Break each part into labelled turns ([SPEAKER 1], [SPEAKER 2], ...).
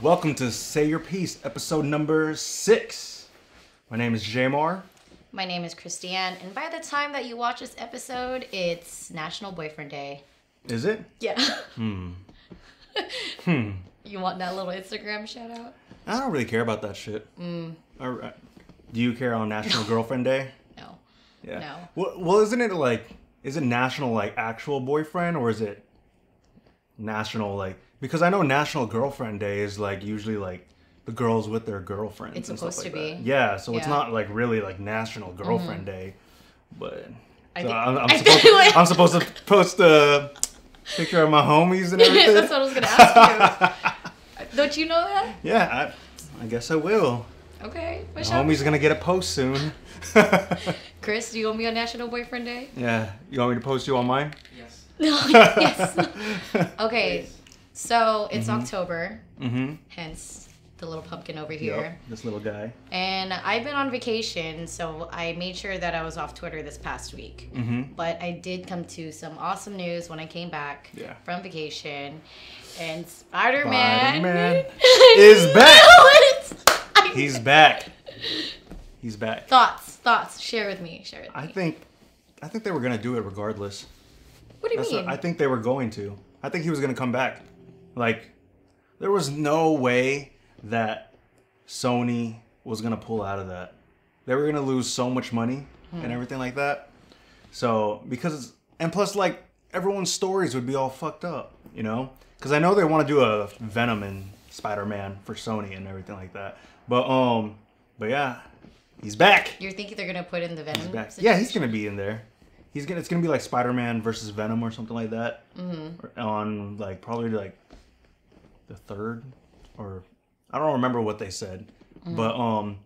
[SPEAKER 1] Welcome to Say Your Piece, episode number six. My name is Jamar.
[SPEAKER 2] My name is Christiane, and by the time that you watch this episode, it's National Boyfriend Day.
[SPEAKER 1] Is it?
[SPEAKER 2] Yeah. Hmm. You want that little Instagram shout out?
[SPEAKER 1] I don't really care about that shit. All right. Do you care on National Girlfriend Day?
[SPEAKER 2] No.
[SPEAKER 1] Yeah.
[SPEAKER 2] No.
[SPEAKER 1] Well, well, isn't it like, is it national like actual boyfriend or is it national like? Because I know National Girlfriend Day is like usually like the girls with their girlfriends.
[SPEAKER 2] It's
[SPEAKER 1] and stuff
[SPEAKER 2] supposed
[SPEAKER 1] like
[SPEAKER 2] to
[SPEAKER 1] that.
[SPEAKER 2] be.
[SPEAKER 1] Yeah, so it's
[SPEAKER 2] Yeah. Mm-hmm.
[SPEAKER 1] not like really like National Girlfriend Day, but
[SPEAKER 2] I
[SPEAKER 1] so
[SPEAKER 2] think-
[SPEAKER 1] I'm, I'm
[SPEAKER 2] I
[SPEAKER 1] supposed
[SPEAKER 2] think
[SPEAKER 1] to,
[SPEAKER 2] we-
[SPEAKER 1] I'm supposed to post a picture of my homies and everything.
[SPEAKER 2] That's what I was gonna ask you. Don't you know that?
[SPEAKER 1] yeah, I, I guess I will.
[SPEAKER 2] Okay. What's
[SPEAKER 1] My homies are gonna get a post soon.
[SPEAKER 2] Chris, do you want me on National Boyfriend Day?
[SPEAKER 1] yeah, you want me to post you on mine?
[SPEAKER 3] Yes.
[SPEAKER 2] No. yes. Okay. So it's October,
[SPEAKER 1] Mm-hmm.
[SPEAKER 2] hence the little pumpkin over here.
[SPEAKER 1] Yep, this little guy.
[SPEAKER 2] And I've been on vacation, so I made sure that I was off Twitter this past week.
[SPEAKER 1] Mhm.
[SPEAKER 2] But I did come to some awesome news when I came back
[SPEAKER 1] Yeah.
[SPEAKER 2] from vacation. And Spider Man
[SPEAKER 1] Spider-Man is back.
[SPEAKER 2] He's
[SPEAKER 1] He's back. He's back.
[SPEAKER 2] thoughts, thoughts. Share with me. Share with
[SPEAKER 1] I
[SPEAKER 2] me.
[SPEAKER 1] think, I think they were gonna do it regardless.
[SPEAKER 2] What do you
[SPEAKER 1] That's
[SPEAKER 2] mean?
[SPEAKER 1] what, I think they were going to. I think he was going to come back. Like, there was no way that Sony was going to pull out of that. They were going to lose so much money
[SPEAKER 2] Hmm.
[SPEAKER 1] and everything like that. So, because, it's, and plus, like, everyone's stories would be all fucked up, you know? Because I know they want to do a Venom and Spider Man for Sony and everything like that. But, um, but yeah, he's back.
[SPEAKER 2] You're thinking they're gonna put in the Venom?
[SPEAKER 1] He's back.
[SPEAKER 2] situation?
[SPEAKER 1] Yeah, he's gonna be in there. He's gonna. It's gonna be like Spider Man versus Venom or something like that. Mm-hmm. On like probably like the third or I don't remember what they said,
[SPEAKER 2] Mm-hmm.
[SPEAKER 1] but um,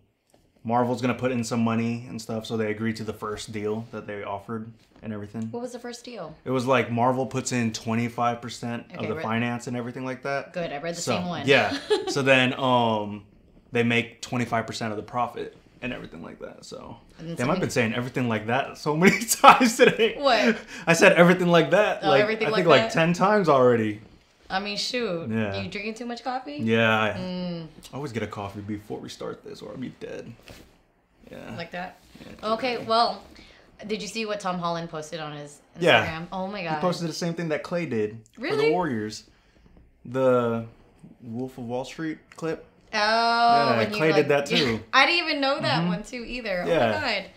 [SPEAKER 1] Marvel's gonna put in some money and stuff, so they agreed to the first deal that they offered and everything.
[SPEAKER 2] What was the first deal?
[SPEAKER 1] It was like Marvel puts in twenty five percent of
[SPEAKER 2] Okay,
[SPEAKER 1] the
[SPEAKER 2] right.
[SPEAKER 1] finance and everything like that.
[SPEAKER 2] Good. I read the
[SPEAKER 1] So,
[SPEAKER 2] same one.
[SPEAKER 1] Yeah. so then um they make 25% of the profit and everything like that. So
[SPEAKER 2] then
[SPEAKER 1] damn, I've
[SPEAKER 2] something-
[SPEAKER 1] been saying everything like that so many times today.
[SPEAKER 2] What?
[SPEAKER 1] I said everything like that.
[SPEAKER 2] Oh,
[SPEAKER 1] like,
[SPEAKER 2] everything
[SPEAKER 1] I
[SPEAKER 2] like
[SPEAKER 1] think like
[SPEAKER 2] that?
[SPEAKER 1] 10 times already.
[SPEAKER 2] I mean, shoot.
[SPEAKER 1] Yeah.
[SPEAKER 2] You drinking too much coffee?
[SPEAKER 1] Yeah. I
[SPEAKER 2] Mm.
[SPEAKER 1] I always get a coffee before we start this or I'll be dead. Yeah.
[SPEAKER 2] like that. Okay, well, did you see what Tom Holland posted on his Instagram?
[SPEAKER 1] Yeah.
[SPEAKER 2] Oh my
[SPEAKER 1] he
[SPEAKER 2] god.
[SPEAKER 1] posted the same thing that Clay did for the
[SPEAKER 2] Really?
[SPEAKER 1] Warriors. The Wolf of Wall Street clip.
[SPEAKER 2] oh,
[SPEAKER 1] Yeah,
[SPEAKER 2] when you,
[SPEAKER 1] Clay did
[SPEAKER 2] like-
[SPEAKER 1] that too. Mm-hmm.
[SPEAKER 2] I didn't even know that one too either.
[SPEAKER 1] Yeah.
[SPEAKER 2] Oh my god.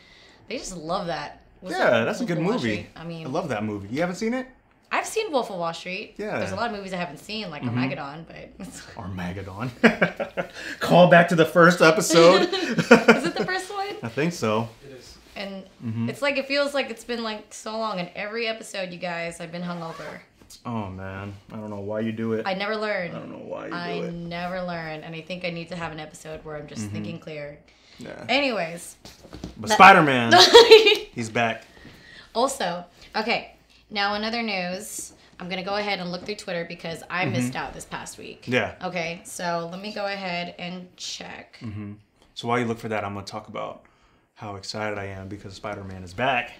[SPEAKER 2] They just love that. Was
[SPEAKER 1] yeah,
[SPEAKER 2] it
[SPEAKER 1] that's a
[SPEAKER 2] Wolf
[SPEAKER 1] good
[SPEAKER 2] of Wall
[SPEAKER 1] movie.
[SPEAKER 2] Street? I mean,
[SPEAKER 1] I love that movie. You haven't seen it?
[SPEAKER 2] I've seen Wolf of Wall Street.
[SPEAKER 1] Yeah. Mm-hmm.
[SPEAKER 2] There's a lot of movies I haven't seen, like Armageddon, but
[SPEAKER 1] Armageddon. Call back to the first episode.
[SPEAKER 2] is it the first one?
[SPEAKER 1] I think so.
[SPEAKER 3] It is.
[SPEAKER 2] And
[SPEAKER 1] Mm-hmm.
[SPEAKER 2] it's like it feels like it's been like so long. And every episode, you guys, I've been hungover.
[SPEAKER 1] Oh man, I don't know why you do it.
[SPEAKER 2] I never learn.
[SPEAKER 1] I don't know why you
[SPEAKER 2] I
[SPEAKER 1] do it. Mm-hmm.
[SPEAKER 2] never learn, and I think I need to have an episode where I'm just thinking clear.
[SPEAKER 1] Yeah.
[SPEAKER 2] Anyways,
[SPEAKER 1] But Spider Man, he's back.
[SPEAKER 2] also, okay, now in other news, I'm gonna go ahead and look through Twitter because I missed out this past week.
[SPEAKER 1] Mm-hmm. Yeah.
[SPEAKER 2] Okay, so let me go ahead and check.
[SPEAKER 1] Mm-hmm. So while you look for that, I'm gonna talk about how excited I am because Spider Man is back.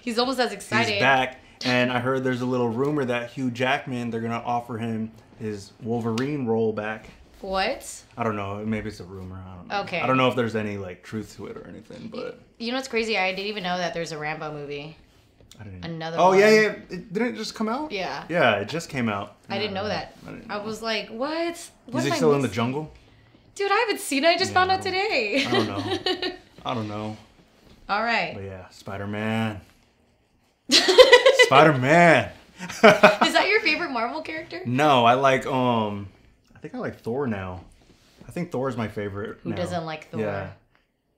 [SPEAKER 2] He's almost as excited.
[SPEAKER 1] He's back, and I heard there's a little rumor that Hugh Jackman they're gonna offer him his Wolverine role back.
[SPEAKER 2] What?
[SPEAKER 1] I don't know. Maybe it's a rumor. I don't know.
[SPEAKER 2] Okay.
[SPEAKER 1] I don't know if there's any like truth to it or anything, but
[SPEAKER 2] You know what's crazy? I didn't even know that there's a Rambo movie.
[SPEAKER 1] I didn't.
[SPEAKER 2] Another
[SPEAKER 1] Oh yeah,
[SPEAKER 2] one.
[SPEAKER 1] yeah. It, didn't it just come out?
[SPEAKER 2] Yeah.
[SPEAKER 1] Yeah, it just came out. Uh,
[SPEAKER 2] I didn't know that.
[SPEAKER 1] I
[SPEAKER 2] I,
[SPEAKER 1] didn't know.
[SPEAKER 2] was like, what? what
[SPEAKER 1] Is he
[SPEAKER 2] am I
[SPEAKER 1] still in the
[SPEAKER 2] miss-
[SPEAKER 1] jungle?
[SPEAKER 2] Dude, I haven't seen it. I just
[SPEAKER 1] Yeah,
[SPEAKER 2] found
[SPEAKER 1] I
[SPEAKER 2] out
[SPEAKER 1] don't-
[SPEAKER 2] today.
[SPEAKER 1] I don't know. I don't know.
[SPEAKER 2] All right.
[SPEAKER 1] But yeah, Spider Man. Spider Man.
[SPEAKER 2] Is that your favorite Marvel character?
[SPEAKER 1] No, I like um. I think I like Thor now. I think Thor is my favorite.
[SPEAKER 2] Who
[SPEAKER 1] now.
[SPEAKER 2] doesn't like Thor?
[SPEAKER 1] Yeah.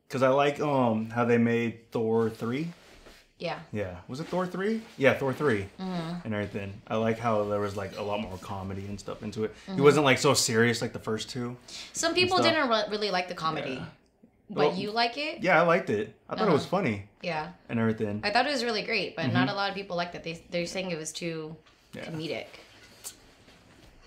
[SPEAKER 1] Cause I like um how they made Thor three.
[SPEAKER 2] Yeah.
[SPEAKER 1] Yeah, was it Thor three? Yeah, Thor 3
[SPEAKER 2] Mm-hmm.
[SPEAKER 1] and everything. I like how there was like a lot more comedy and stuff into it.
[SPEAKER 2] Mm-hmm.
[SPEAKER 1] He wasn't like so serious like the first two.
[SPEAKER 2] Some people
[SPEAKER 1] stuff.
[SPEAKER 2] didn't re- really like the comedy,
[SPEAKER 1] Yeah.
[SPEAKER 2] but
[SPEAKER 1] Well,
[SPEAKER 2] you like it.
[SPEAKER 1] Yeah, I liked it. I thought it
[SPEAKER 2] Uh-huh.
[SPEAKER 1] was funny
[SPEAKER 2] Yeah.
[SPEAKER 1] and everything.
[SPEAKER 2] I thought it was really great, but not a lot of people liked it. They they're saying it was too
[SPEAKER 1] Mm-hmm. Yeah.
[SPEAKER 2] comedic.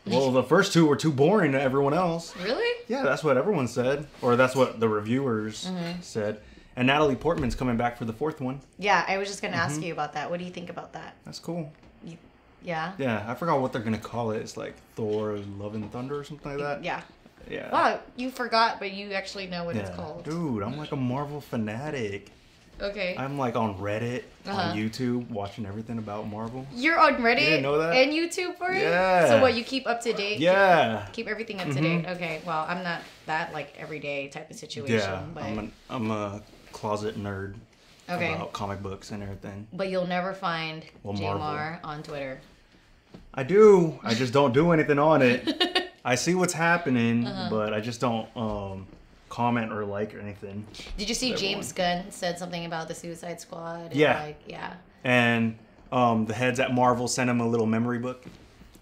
[SPEAKER 1] Well, the first two were too boring to everyone else.
[SPEAKER 2] Really?
[SPEAKER 1] Yeah, that's what everyone said, or that's what the reviewers
[SPEAKER 2] Mm-hmm.
[SPEAKER 1] said. And Natalie Portman's coming back for the fourth one. Mm-hmm.
[SPEAKER 2] Yeah, I was just gonna ask you about that. What do you think about that?
[SPEAKER 1] That's cool.
[SPEAKER 2] You- Yeah.
[SPEAKER 1] Yeah, I forgot what they're gonna call it. It's like Thor: Love and Thunder or something like that.
[SPEAKER 2] Yeah.
[SPEAKER 1] Yeah.
[SPEAKER 2] Wow, you forgot, but you actually know what
[SPEAKER 1] Yeah.
[SPEAKER 2] it's called.
[SPEAKER 1] Dude, I'm like a Marvel fanatic.
[SPEAKER 2] Okay.
[SPEAKER 1] I'm like on Reddit,
[SPEAKER 2] Uh-huh.
[SPEAKER 1] on YouTube, watching everything about Marvel.
[SPEAKER 2] You're on Reddit
[SPEAKER 1] didn't know that?
[SPEAKER 2] and YouTube for it?
[SPEAKER 1] Yeah.
[SPEAKER 2] So what, you keep up to date?
[SPEAKER 1] Yeah. Mm-hmm.
[SPEAKER 2] Keep everything up to date. Okay, well, I'm not that like everyday type of situation,
[SPEAKER 1] Yeah.
[SPEAKER 2] but
[SPEAKER 1] I'm an, I'm a closet nerd
[SPEAKER 2] okay.
[SPEAKER 1] about comic books and everything.
[SPEAKER 2] But you'll never find
[SPEAKER 1] Well,
[SPEAKER 2] JMR
[SPEAKER 1] Marvel.
[SPEAKER 2] on Twitter.
[SPEAKER 1] I do. I just don't do anything on it. I see what's happening,
[SPEAKER 2] Uh-huh.
[SPEAKER 1] but I just don't um, comment or like or anything.
[SPEAKER 2] Did you see
[SPEAKER 1] Never
[SPEAKER 2] James Gunn said something about the Suicide Squad? And,
[SPEAKER 1] Yeah.
[SPEAKER 2] Like, yeah.
[SPEAKER 1] And um, the heads at Marvel sent him a little memory book.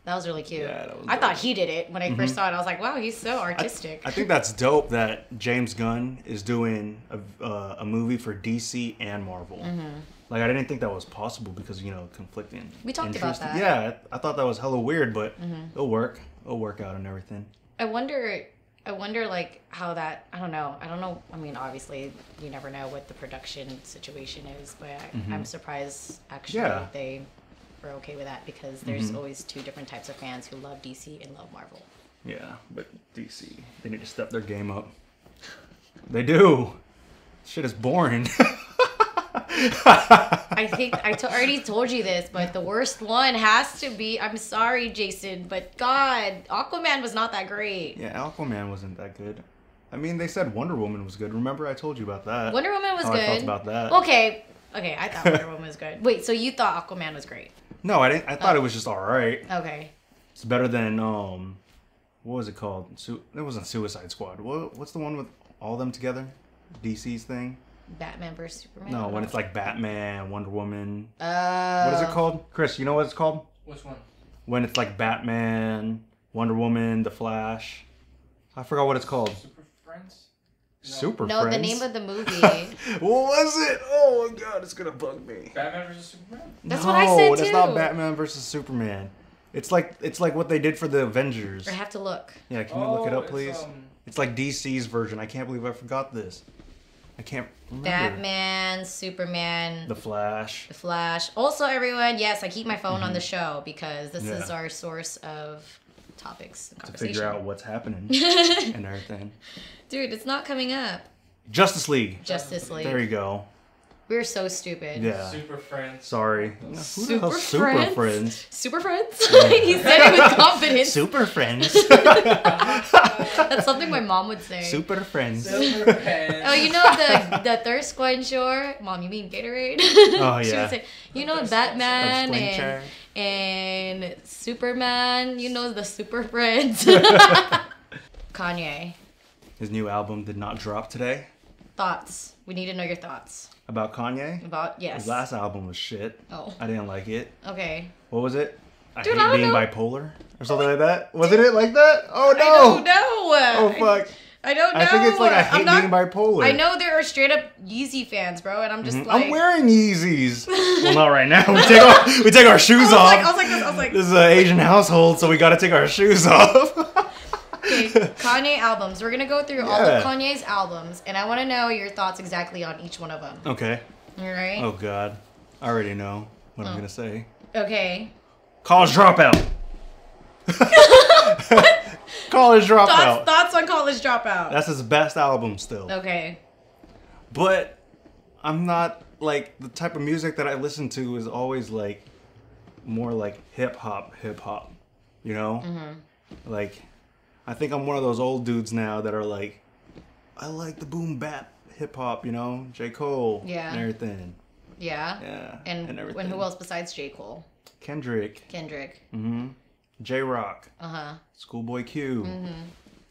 [SPEAKER 2] That was really cute.
[SPEAKER 1] Yeah, that was
[SPEAKER 2] I thought
[SPEAKER 1] dope.
[SPEAKER 2] he did it when I first saw it. I was like, wow, he's so artistic.
[SPEAKER 1] I think that's dope that James Gunn is doing a, uh, a movie for DC and Marvel. Like I didn't think that was possible because you know conflicting.
[SPEAKER 2] Mm-hmm. We talked about
[SPEAKER 1] interests.
[SPEAKER 2] that. Mm-hmm.
[SPEAKER 1] Yeah, I I thought that was hella weird, but it'll work. It'll work out and everything.
[SPEAKER 2] I wonder. I wonder, like, how that. I don't know. I don't know. I mean, obviously, you never know what the production situation is, but I, I'm surprised actually
[SPEAKER 1] Mm-hmm. Yeah. Mm-hmm.
[SPEAKER 2] they were okay with that because there's always two different types of fans who love DC and love Marvel.
[SPEAKER 1] Yeah, but DC they need to step their game up. They do. Shit is boring.
[SPEAKER 2] I think I to- already told you this, but the worst one has to be. I'm sorry, Jason, but God, Aquaman was not that great.
[SPEAKER 1] yeah, Aquaman wasn't that good. I mean, they said Wonder Woman was good. Remember, I told you about that.
[SPEAKER 2] Wonder Woman was
[SPEAKER 1] How
[SPEAKER 2] good.
[SPEAKER 1] Oh, I felt about that.
[SPEAKER 2] Okay, okay, I thought Wonder Woman was good. Wait, so you thought Aquaman was great?
[SPEAKER 1] No, I didn't. I
[SPEAKER 2] Oh.
[SPEAKER 1] thought it was just all right.
[SPEAKER 2] Okay.
[SPEAKER 1] It's better than um, what was it called? Su- it wasn't Suicide Squad. What, what's the one with all them together? DC's thing.
[SPEAKER 2] Batman versus Superman.
[SPEAKER 1] No, when it's like Batman, Wonder Woman.
[SPEAKER 2] Uh,
[SPEAKER 1] What is it called, Chris? You know what it's called?
[SPEAKER 3] Which one?
[SPEAKER 1] When it's like Batman, Wonder Woman, The Flash. I forgot what it's called.
[SPEAKER 3] Super Friends? No.
[SPEAKER 1] Super
[SPEAKER 2] No,
[SPEAKER 1] Friends.
[SPEAKER 2] the name of the movie.
[SPEAKER 1] what was it? Oh my God, it's gonna bug me.
[SPEAKER 3] Batman vs Superman?
[SPEAKER 2] That's
[SPEAKER 1] no,
[SPEAKER 2] what I said
[SPEAKER 1] that's
[SPEAKER 2] too.
[SPEAKER 1] not Batman versus Superman. It's like it's like what they did for the Avengers.
[SPEAKER 2] I have to look.
[SPEAKER 1] Yeah, can you look it
[SPEAKER 3] Oh,
[SPEAKER 1] up,
[SPEAKER 3] it's,
[SPEAKER 1] please?
[SPEAKER 3] um,
[SPEAKER 1] It's like DC's version. I can't believe I forgot this. I can't remember.
[SPEAKER 2] Batman, Superman,
[SPEAKER 1] The Flash.
[SPEAKER 2] The Flash. Also, everyone, yes, I keep my phone on the show because this is
[SPEAKER 1] Mm-hmm. Yeah.
[SPEAKER 2] our source of topics and
[SPEAKER 1] To
[SPEAKER 2] conversation.
[SPEAKER 1] figure out what's happening and everything.
[SPEAKER 2] Dude, it's not coming up.
[SPEAKER 1] Justice League.
[SPEAKER 2] Justice League.
[SPEAKER 1] There you go.
[SPEAKER 2] We're so stupid.
[SPEAKER 1] Yeah.
[SPEAKER 3] Super Friends.
[SPEAKER 1] Sorry. Who the
[SPEAKER 2] Super
[SPEAKER 1] hell's Super
[SPEAKER 2] Friends?
[SPEAKER 1] Friends?
[SPEAKER 2] Super friends. he said it with confidence.
[SPEAKER 1] Super Friends.
[SPEAKER 2] That's something my mom would say.
[SPEAKER 1] Super Friends.
[SPEAKER 3] Super Friends.
[SPEAKER 2] Oh, you know the the thirst squad shore, mom. You mean Gatorade?
[SPEAKER 1] Oh,
[SPEAKER 2] she
[SPEAKER 1] yeah.
[SPEAKER 2] would say, you know
[SPEAKER 3] Thirst
[SPEAKER 2] Batman
[SPEAKER 1] squad.
[SPEAKER 2] and,
[SPEAKER 1] Thirst
[SPEAKER 2] and Superman. You know the Super Friends. Kanye,
[SPEAKER 1] His new album did not drop today
[SPEAKER 2] thoughts. We need to know your thoughts
[SPEAKER 1] about Kanye.
[SPEAKER 2] about yes.
[SPEAKER 1] His last album was shit.
[SPEAKER 2] Oh.
[SPEAKER 1] I didn't like it.
[SPEAKER 2] Okay.
[SPEAKER 1] What was it? I
[SPEAKER 2] Dude,
[SPEAKER 1] hate
[SPEAKER 2] I don't
[SPEAKER 1] being
[SPEAKER 2] know. Oh,
[SPEAKER 1] bipolar or something like that. Wasn't it like that? Oh no.
[SPEAKER 2] I don't know.
[SPEAKER 1] Oh fuck.
[SPEAKER 2] I don't know.
[SPEAKER 1] I think it's like I hate
[SPEAKER 2] I'm not-
[SPEAKER 1] being bipolar.
[SPEAKER 2] I know there are straight up Yeezy fans, bro, and I'm just like.
[SPEAKER 1] Mm-hmm. I'm wearing Yeezys. well, not right now. We take our, we take our shoes
[SPEAKER 2] I was
[SPEAKER 1] off.
[SPEAKER 2] like, I was like, this, I was like,
[SPEAKER 1] this is an Asian household, so we got to take our shoes off.
[SPEAKER 2] Okay, Kanye albums. We're gonna go through all of
[SPEAKER 1] Yeah.
[SPEAKER 2] Kanye's albums, and I want to know your thoughts exactly on each one of them.
[SPEAKER 1] okay.
[SPEAKER 2] All right.
[SPEAKER 1] Oh God, I already know what
[SPEAKER 2] Oh.
[SPEAKER 1] I'm gonna say.
[SPEAKER 2] Okay.
[SPEAKER 1] College dropout. College
[SPEAKER 2] Thoughts,
[SPEAKER 1] dropout.
[SPEAKER 2] thoughts on College Dropout.
[SPEAKER 1] That's his best album still.
[SPEAKER 2] okay.
[SPEAKER 1] But I'm not like the type of music that I listen to is always like more like hip hop, hip hop, you know?
[SPEAKER 2] Mm-hmm.
[SPEAKER 1] Like, I think I'm one of those old dudes now that are like, I like the boom bap hip hop, you know? J. Cole
[SPEAKER 2] Yeah.
[SPEAKER 1] and everything.
[SPEAKER 2] Yeah.
[SPEAKER 1] Yeah.
[SPEAKER 2] And, when who else besides J Cole,
[SPEAKER 1] Kendrick,
[SPEAKER 2] Kendrick?
[SPEAKER 1] Mm. J Rock,
[SPEAKER 2] Uh huh.
[SPEAKER 1] Schoolboy Q.
[SPEAKER 2] Mm-hmm.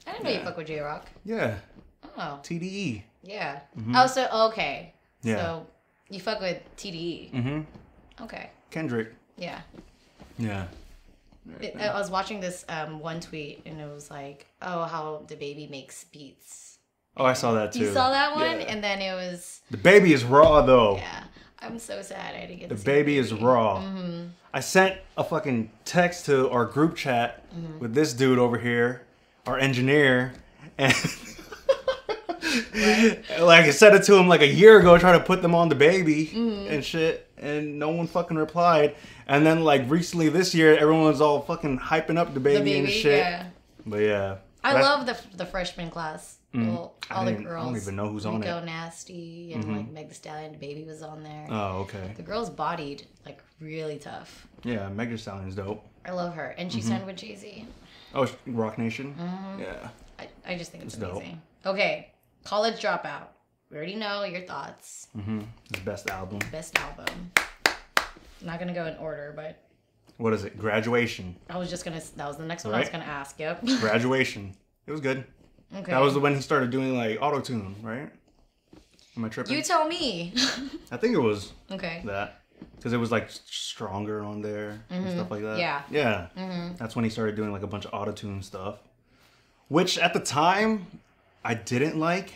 [SPEAKER 2] I didn't know you fuck with J Rock.
[SPEAKER 1] Yeah. E.
[SPEAKER 2] Oh.
[SPEAKER 1] TDE.
[SPEAKER 2] Yeah. Oh, so okay.
[SPEAKER 1] Mm-hmm. Yeah.
[SPEAKER 2] So you fuck with TDE.
[SPEAKER 1] hmm
[SPEAKER 2] Okay.
[SPEAKER 1] Kendrick.
[SPEAKER 2] Yeah.
[SPEAKER 1] Yeah.
[SPEAKER 2] It- I was watching this um, one tweet, and it was like, oh, how the baby makes beats.
[SPEAKER 1] Oh, I saw that too.
[SPEAKER 2] You saw that one,
[SPEAKER 1] Yeah.
[SPEAKER 2] and then it was.
[SPEAKER 1] the baby is raw though.
[SPEAKER 2] Yeah, I'm so sad I didn't get
[SPEAKER 1] The baby is raw.
[SPEAKER 2] Mm-hmm.
[SPEAKER 1] I sent a fucking text to our group chat
[SPEAKER 2] Mm-hmm.
[SPEAKER 1] with this dude over here, our engineer, and like I said it to him like a year ago, trying to put them on the baby
[SPEAKER 2] Mm-hmm.
[SPEAKER 1] and shit, and no one fucking replied. And then like recently this year, everyone's all fucking hyping up the baby,
[SPEAKER 2] the baby,
[SPEAKER 1] and shit.
[SPEAKER 2] yeah.
[SPEAKER 1] But yeah,
[SPEAKER 2] I
[SPEAKER 1] That's-
[SPEAKER 2] love the the freshman class. Well,
[SPEAKER 1] Mm. I
[SPEAKER 2] all the
[SPEAKER 1] didn't- I
[SPEAKER 2] girls.
[SPEAKER 1] don't even know who's on
[SPEAKER 2] Rico
[SPEAKER 1] it. Mm-hmm.
[SPEAKER 2] Nasty and like Meg Thee Stallion, the baby was on there.
[SPEAKER 1] Oh okay,
[SPEAKER 2] the girl's bodied like really tough.
[SPEAKER 1] yeah, Meg Thee Stallion's dope.
[SPEAKER 2] I love her, and she
[SPEAKER 1] Mm-hmm.
[SPEAKER 2] signed with Jay Z.
[SPEAKER 1] Oh, sh- Rock Nation.
[SPEAKER 2] Mm-hmm.
[SPEAKER 1] Yeah,
[SPEAKER 2] I, I just think it's,
[SPEAKER 1] It's dope.
[SPEAKER 2] amazing. Okay, college dropout. We already know your thoughts.
[SPEAKER 1] Mm. his best album.
[SPEAKER 2] Best album. I'm not gonna go in order, but
[SPEAKER 1] What is it? Graduation.
[SPEAKER 2] I was just gonna. That was the next one I was
[SPEAKER 1] Right.
[SPEAKER 2] gonna ask. Yep.
[SPEAKER 1] Graduation. It was good.
[SPEAKER 2] Okay.
[SPEAKER 1] That was when he started doing like auto tune, right? Am I tripping?
[SPEAKER 2] you tell me.
[SPEAKER 1] I think it was
[SPEAKER 2] okay.
[SPEAKER 1] that because it was like s- stronger on there and stuff like that.
[SPEAKER 2] Mm-hmm. Yeah. Mm-hmm.
[SPEAKER 1] yeah. That's when he started doing like a bunch of auto tune stuff, which at the time I didn't like,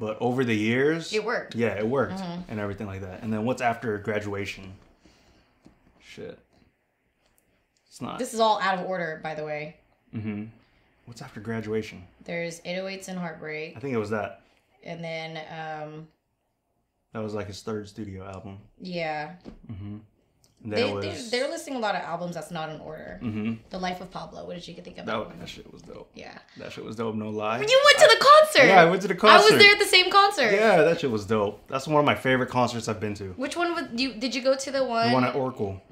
[SPEAKER 1] but over the years
[SPEAKER 2] It worked.
[SPEAKER 1] Yeah, it worked
[SPEAKER 2] Mm-hmm.
[SPEAKER 1] and everything like that. And then what's after graduation? Shit, it's not. mm-hmm.
[SPEAKER 2] This is all out of order, by the way.
[SPEAKER 1] what's after graduation?
[SPEAKER 2] There's 808s and Heartbreak,
[SPEAKER 1] I think it was that.
[SPEAKER 2] and then um,
[SPEAKER 1] That was like his third studio album.
[SPEAKER 2] yeah,
[SPEAKER 1] And
[SPEAKER 2] they,
[SPEAKER 1] that was
[SPEAKER 2] they are listing a lot of albums that's not in order.
[SPEAKER 1] Mhm.
[SPEAKER 2] The Life of Pablo. What did you think of that?
[SPEAKER 1] that,
[SPEAKER 2] one?
[SPEAKER 1] that shit was dope.
[SPEAKER 2] Yeah.
[SPEAKER 1] That shit was dope. No lie.
[SPEAKER 2] You went to the concert.
[SPEAKER 1] Yeah, I went to the
[SPEAKER 2] I was
[SPEAKER 1] concert.
[SPEAKER 2] there at the same concert.
[SPEAKER 1] Yeah, that shit was dope. That's one of my favorite concerts I've been to.
[SPEAKER 2] Which one would you did you go to the one?
[SPEAKER 1] The one at Mm-hmm. Oracle.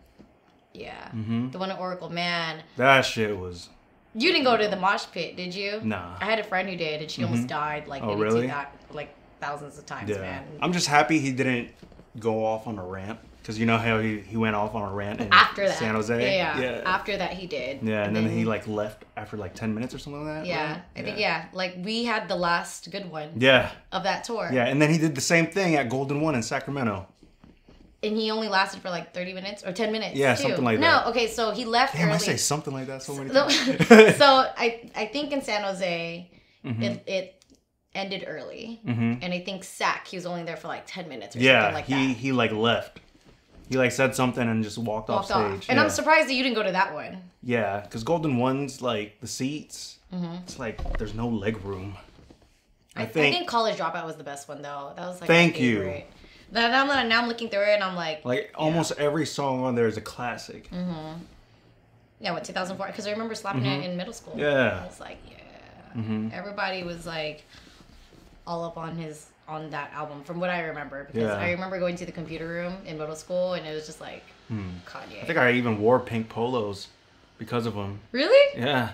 [SPEAKER 2] yeah. The one at Oracle. Man,
[SPEAKER 1] That shit was.
[SPEAKER 2] you didn't go to the mosh pit, did you?
[SPEAKER 1] Nah.
[SPEAKER 2] I had a friend who did, and she almost died. Like
[SPEAKER 1] Oh,
[SPEAKER 2] maybe
[SPEAKER 1] really?
[SPEAKER 2] that like thousands of times,
[SPEAKER 1] Yeah.
[SPEAKER 2] man.
[SPEAKER 1] I'm just happy he didn't go off on a rant because you know how he, he went off on a rant in
[SPEAKER 2] after that,
[SPEAKER 1] San Jose.
[SPEAKER 2] Yeah,
[SPEAKER 1] Yeah.
[SPEAKER 2] After that, he did.
[SPEAKER 1] yeah, and then, he like left after like ten minutes or something like that.
[SPEAKER 2] Yeah,
[SPEAKER 1] right?
[SPEAKER 2] I think yeah. Like we had the last good one
[SPEAKER 1] Yeah.
[SPEAKER 2] of that tour.
[SPEAKER 1] Yeah, and then he did the same thing at Golden One in Sacramento.
[SPEAKER 2] And he only lasted for like thirty minutes or ten minutes.
[SPEAKER 1] Yeah,
[SPEAKER 2] too.
[SPEAKER 1] something like
[SPEAKER 2] no,
[SPEAKER 1] that.
[SPEAKER 2] No, okay, so he left
[SPEAKER 1] Damn,
[SPEAKER 2] early.
[SPEAKER 1] I say something like that so many
[SPEAKER 2] so
[SPEAKER 1] times.
[SPEAKER 2] I I think in San Jose,
[SPEAKER 1] Mm-hmm.
[SPEAKER 2] it it ended early, and I think Sac he was only there for like ten minutes or
[SPEAKER 1] yeah,
[SPEAKER 2] something like
[SPEAKER 1] he
[SPEAKER 2] that.
[SPEAKER 1] he like left. He like said something and just walked,
[SPEAKER 2] Walked
[SPEAKER 1] off
[SPEAKER 2] off,
[SPEAKER 1] stage.
[SPEAKER 2] and I'm
[SPEAKER 1] Yeah.
[SPEAKER 2] surprised that you didn't go to that one.
[SPEAKER 1] Yeah, because Golden One's like the seats.
[SPEAKER 2] Mm-hmm.
[SPEAKER 1] It's like there's no leg room. I,
[SPEAKER 2] I, I
[SPEAKER 1] think,
[SPEAKER 2] think, College Dropout was the best one though. That was like my
[SPEAKER 1] Thank you.
[SPEAKER 2] favorite. Now, now I'm now I'm looking through it and I'm like,
[SPEAKER 1] like almost every song on there is a classic.
[SPEAKER 2] Mm-hmm. Yeah, what 2004? Because I remember slapping it in middle school.
[SPEAKER 1] Mm-hmm. Yeah. Mm-hmm.
[SPEAKER 2] I was like, yeah. Everybody was like, all up on his on that album, from what I remember. Because
[SPEAKER 1] Yeah.
[SPEAKER 2] I remember going to the computer room in middle school, and it was just like
[SPEAKER 1] Hmm.
[SPEAKER 2] Kanye.
[SPEAKER 1] I think I even wore pink polos because of him.
[SPEAKER 2] really?
[SPEAKER 1] Yeah,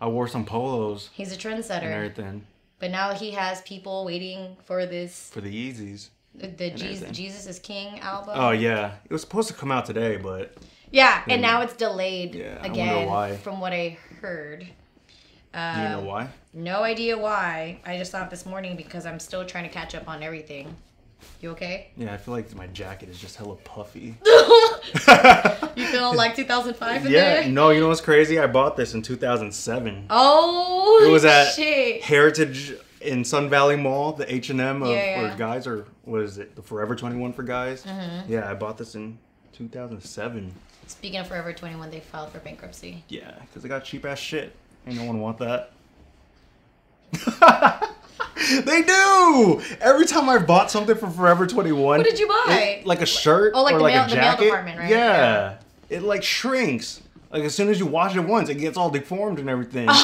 [SPEAKER 1] I wore some polos
[SPEAKER 2] He's a
[SPEAKER 1] and
[SPEAKER 2] trendsetter,
[SPEAKER 1] everything
[SPEAKER 2] but now he has people waiting for this
[SPEAKER 1] for the Yeezys.
[SPEAKER 2] the Jesus,
[SPEAKER 1] everything.
[SPEAKER 2] Jesus is King album.
[SPEAKER 1] Oh yeah, it was supposed to come out today, but
[SPEAKER 2] yeah, and now it's delayed
[SPEAKER 1] Yeah, I wonder
[SPEAKER 2] again,
[SPEAKER 1] why.
[SPEAKER 2] from what I heard.
[SPEAKER 1] do
[SPEAKER 2] Uh,
[SPEAKER 1] you know why?
[SPEAKER 2] No idea why. I just saw it this morning because I'm still trying to catch up on everything. You okay?
[SPEAKER 1] Yeah, I feel like my jacket is just hella puffy.
[SPEAKER 2] You feel like 2005 in
[SPEAKER 1] yeah,
[SPEAKER 2] there?
[SPEAKER 1] no, you know what's crazy? I bought this in 2007.
[SPEAKER 2] Oh,
[SPEAKER 1] It was at
[SPEAKER 2] shit.
[SPEAKER 1] Heritage in Sun Valley Mall, the H and M of
[SPEAKER 2] Yeah, yeah. Uh-huh.
[SPEAKER 1] for guys, or what is it, the Forever Twenty One for guys? Yeah, I bought this in 2007.
[SPEAKER 2] Speaking of Forever 21, they filed for bankruptcy.
[SPEAKER 1] Yeah, because I got cheap ass shit. Ain't no one want that. they do. Every time I bought something from Forever Twenty One,
[SPEAKER 2] What did you buy?
[SPEAKER 1] like a shirt
[SPEAKER 2] Oh, like
[SPEAKER 1] or
[SPEAKER 2] the
[SPEAKER 1] like
[SPEAKER 2] mail-
[SPEAKER 1] a
[SPEAKER 2] the mail
[SPEAKER 1] jacket.
[SPEAKER 2] department, right?
[SPEAKER 1] Yeah. it like shrinks. Like as soon as you wash it once, it gets all deformed and everything.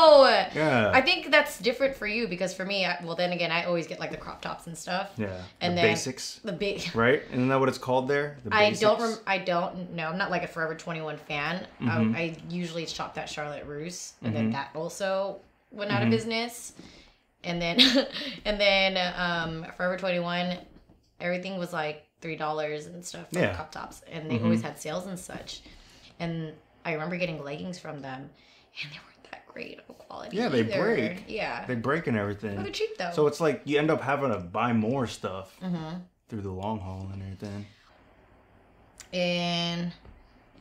[SPEAKER 2] Oh!
[SPEAKER 1] Yeah.
[SPEAKER 2] I think that's different for you because for me, I, well, then again, I always get like the crop tops and stuff.
[SPEAKER 1] yeah,
[SPEAKER 2] And
[SPEAKER 1] the
[SPEAKER 2] then
[SPEAKER 1] basics.
[SPEAKER 2] the big.
[SPEAKER 1] Right? Isn't that what it's called there? The
[SPEAKER 2] I don't.
[SPEAKER 1] basics?
[SPEAKER 2] Rem- I don't know. I'm not like a Forever 21 fan. Um,
[SPEAKER 1] Mm-hmm.
[SPEAKER 2] I, I usually shop that Charlotte Russe, and then that also went
[SPEAKER 1] Mm-hmm.
[SPEAKER 2] out of business. And then, and then um, Forever 21, everything was like three dollars and stuff for
[SPEAKER 1] Yeah. Mm-hmm.
[SPEAKER 2] cup tops, and they always had sales and such. And I remember getting leggings from them, and they weren't that great of quality.
[SPEAKER 1] Yeah, they
[SPEAKER 2] either.
[SPEAKER 1] break.
[SPEAKER 2] Yeah,
[SPEAKER 1] They break and everything.
[SPEAKER 2] but they're cheap though.
[SPEAKER 1] So it's like you end up having to buy more stuff
[SPEAKER 2] Mm-hmm.
[SPEAKER 1] through the long haul and everything.
[SPEAKER 2] and